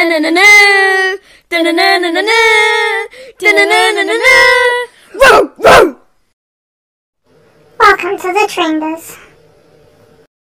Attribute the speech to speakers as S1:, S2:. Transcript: S1: Da-na-na-na-na-na. Da-na-na-na-na-na. Da-na-na-na-na-na.
S2: Welcome to the Trainers.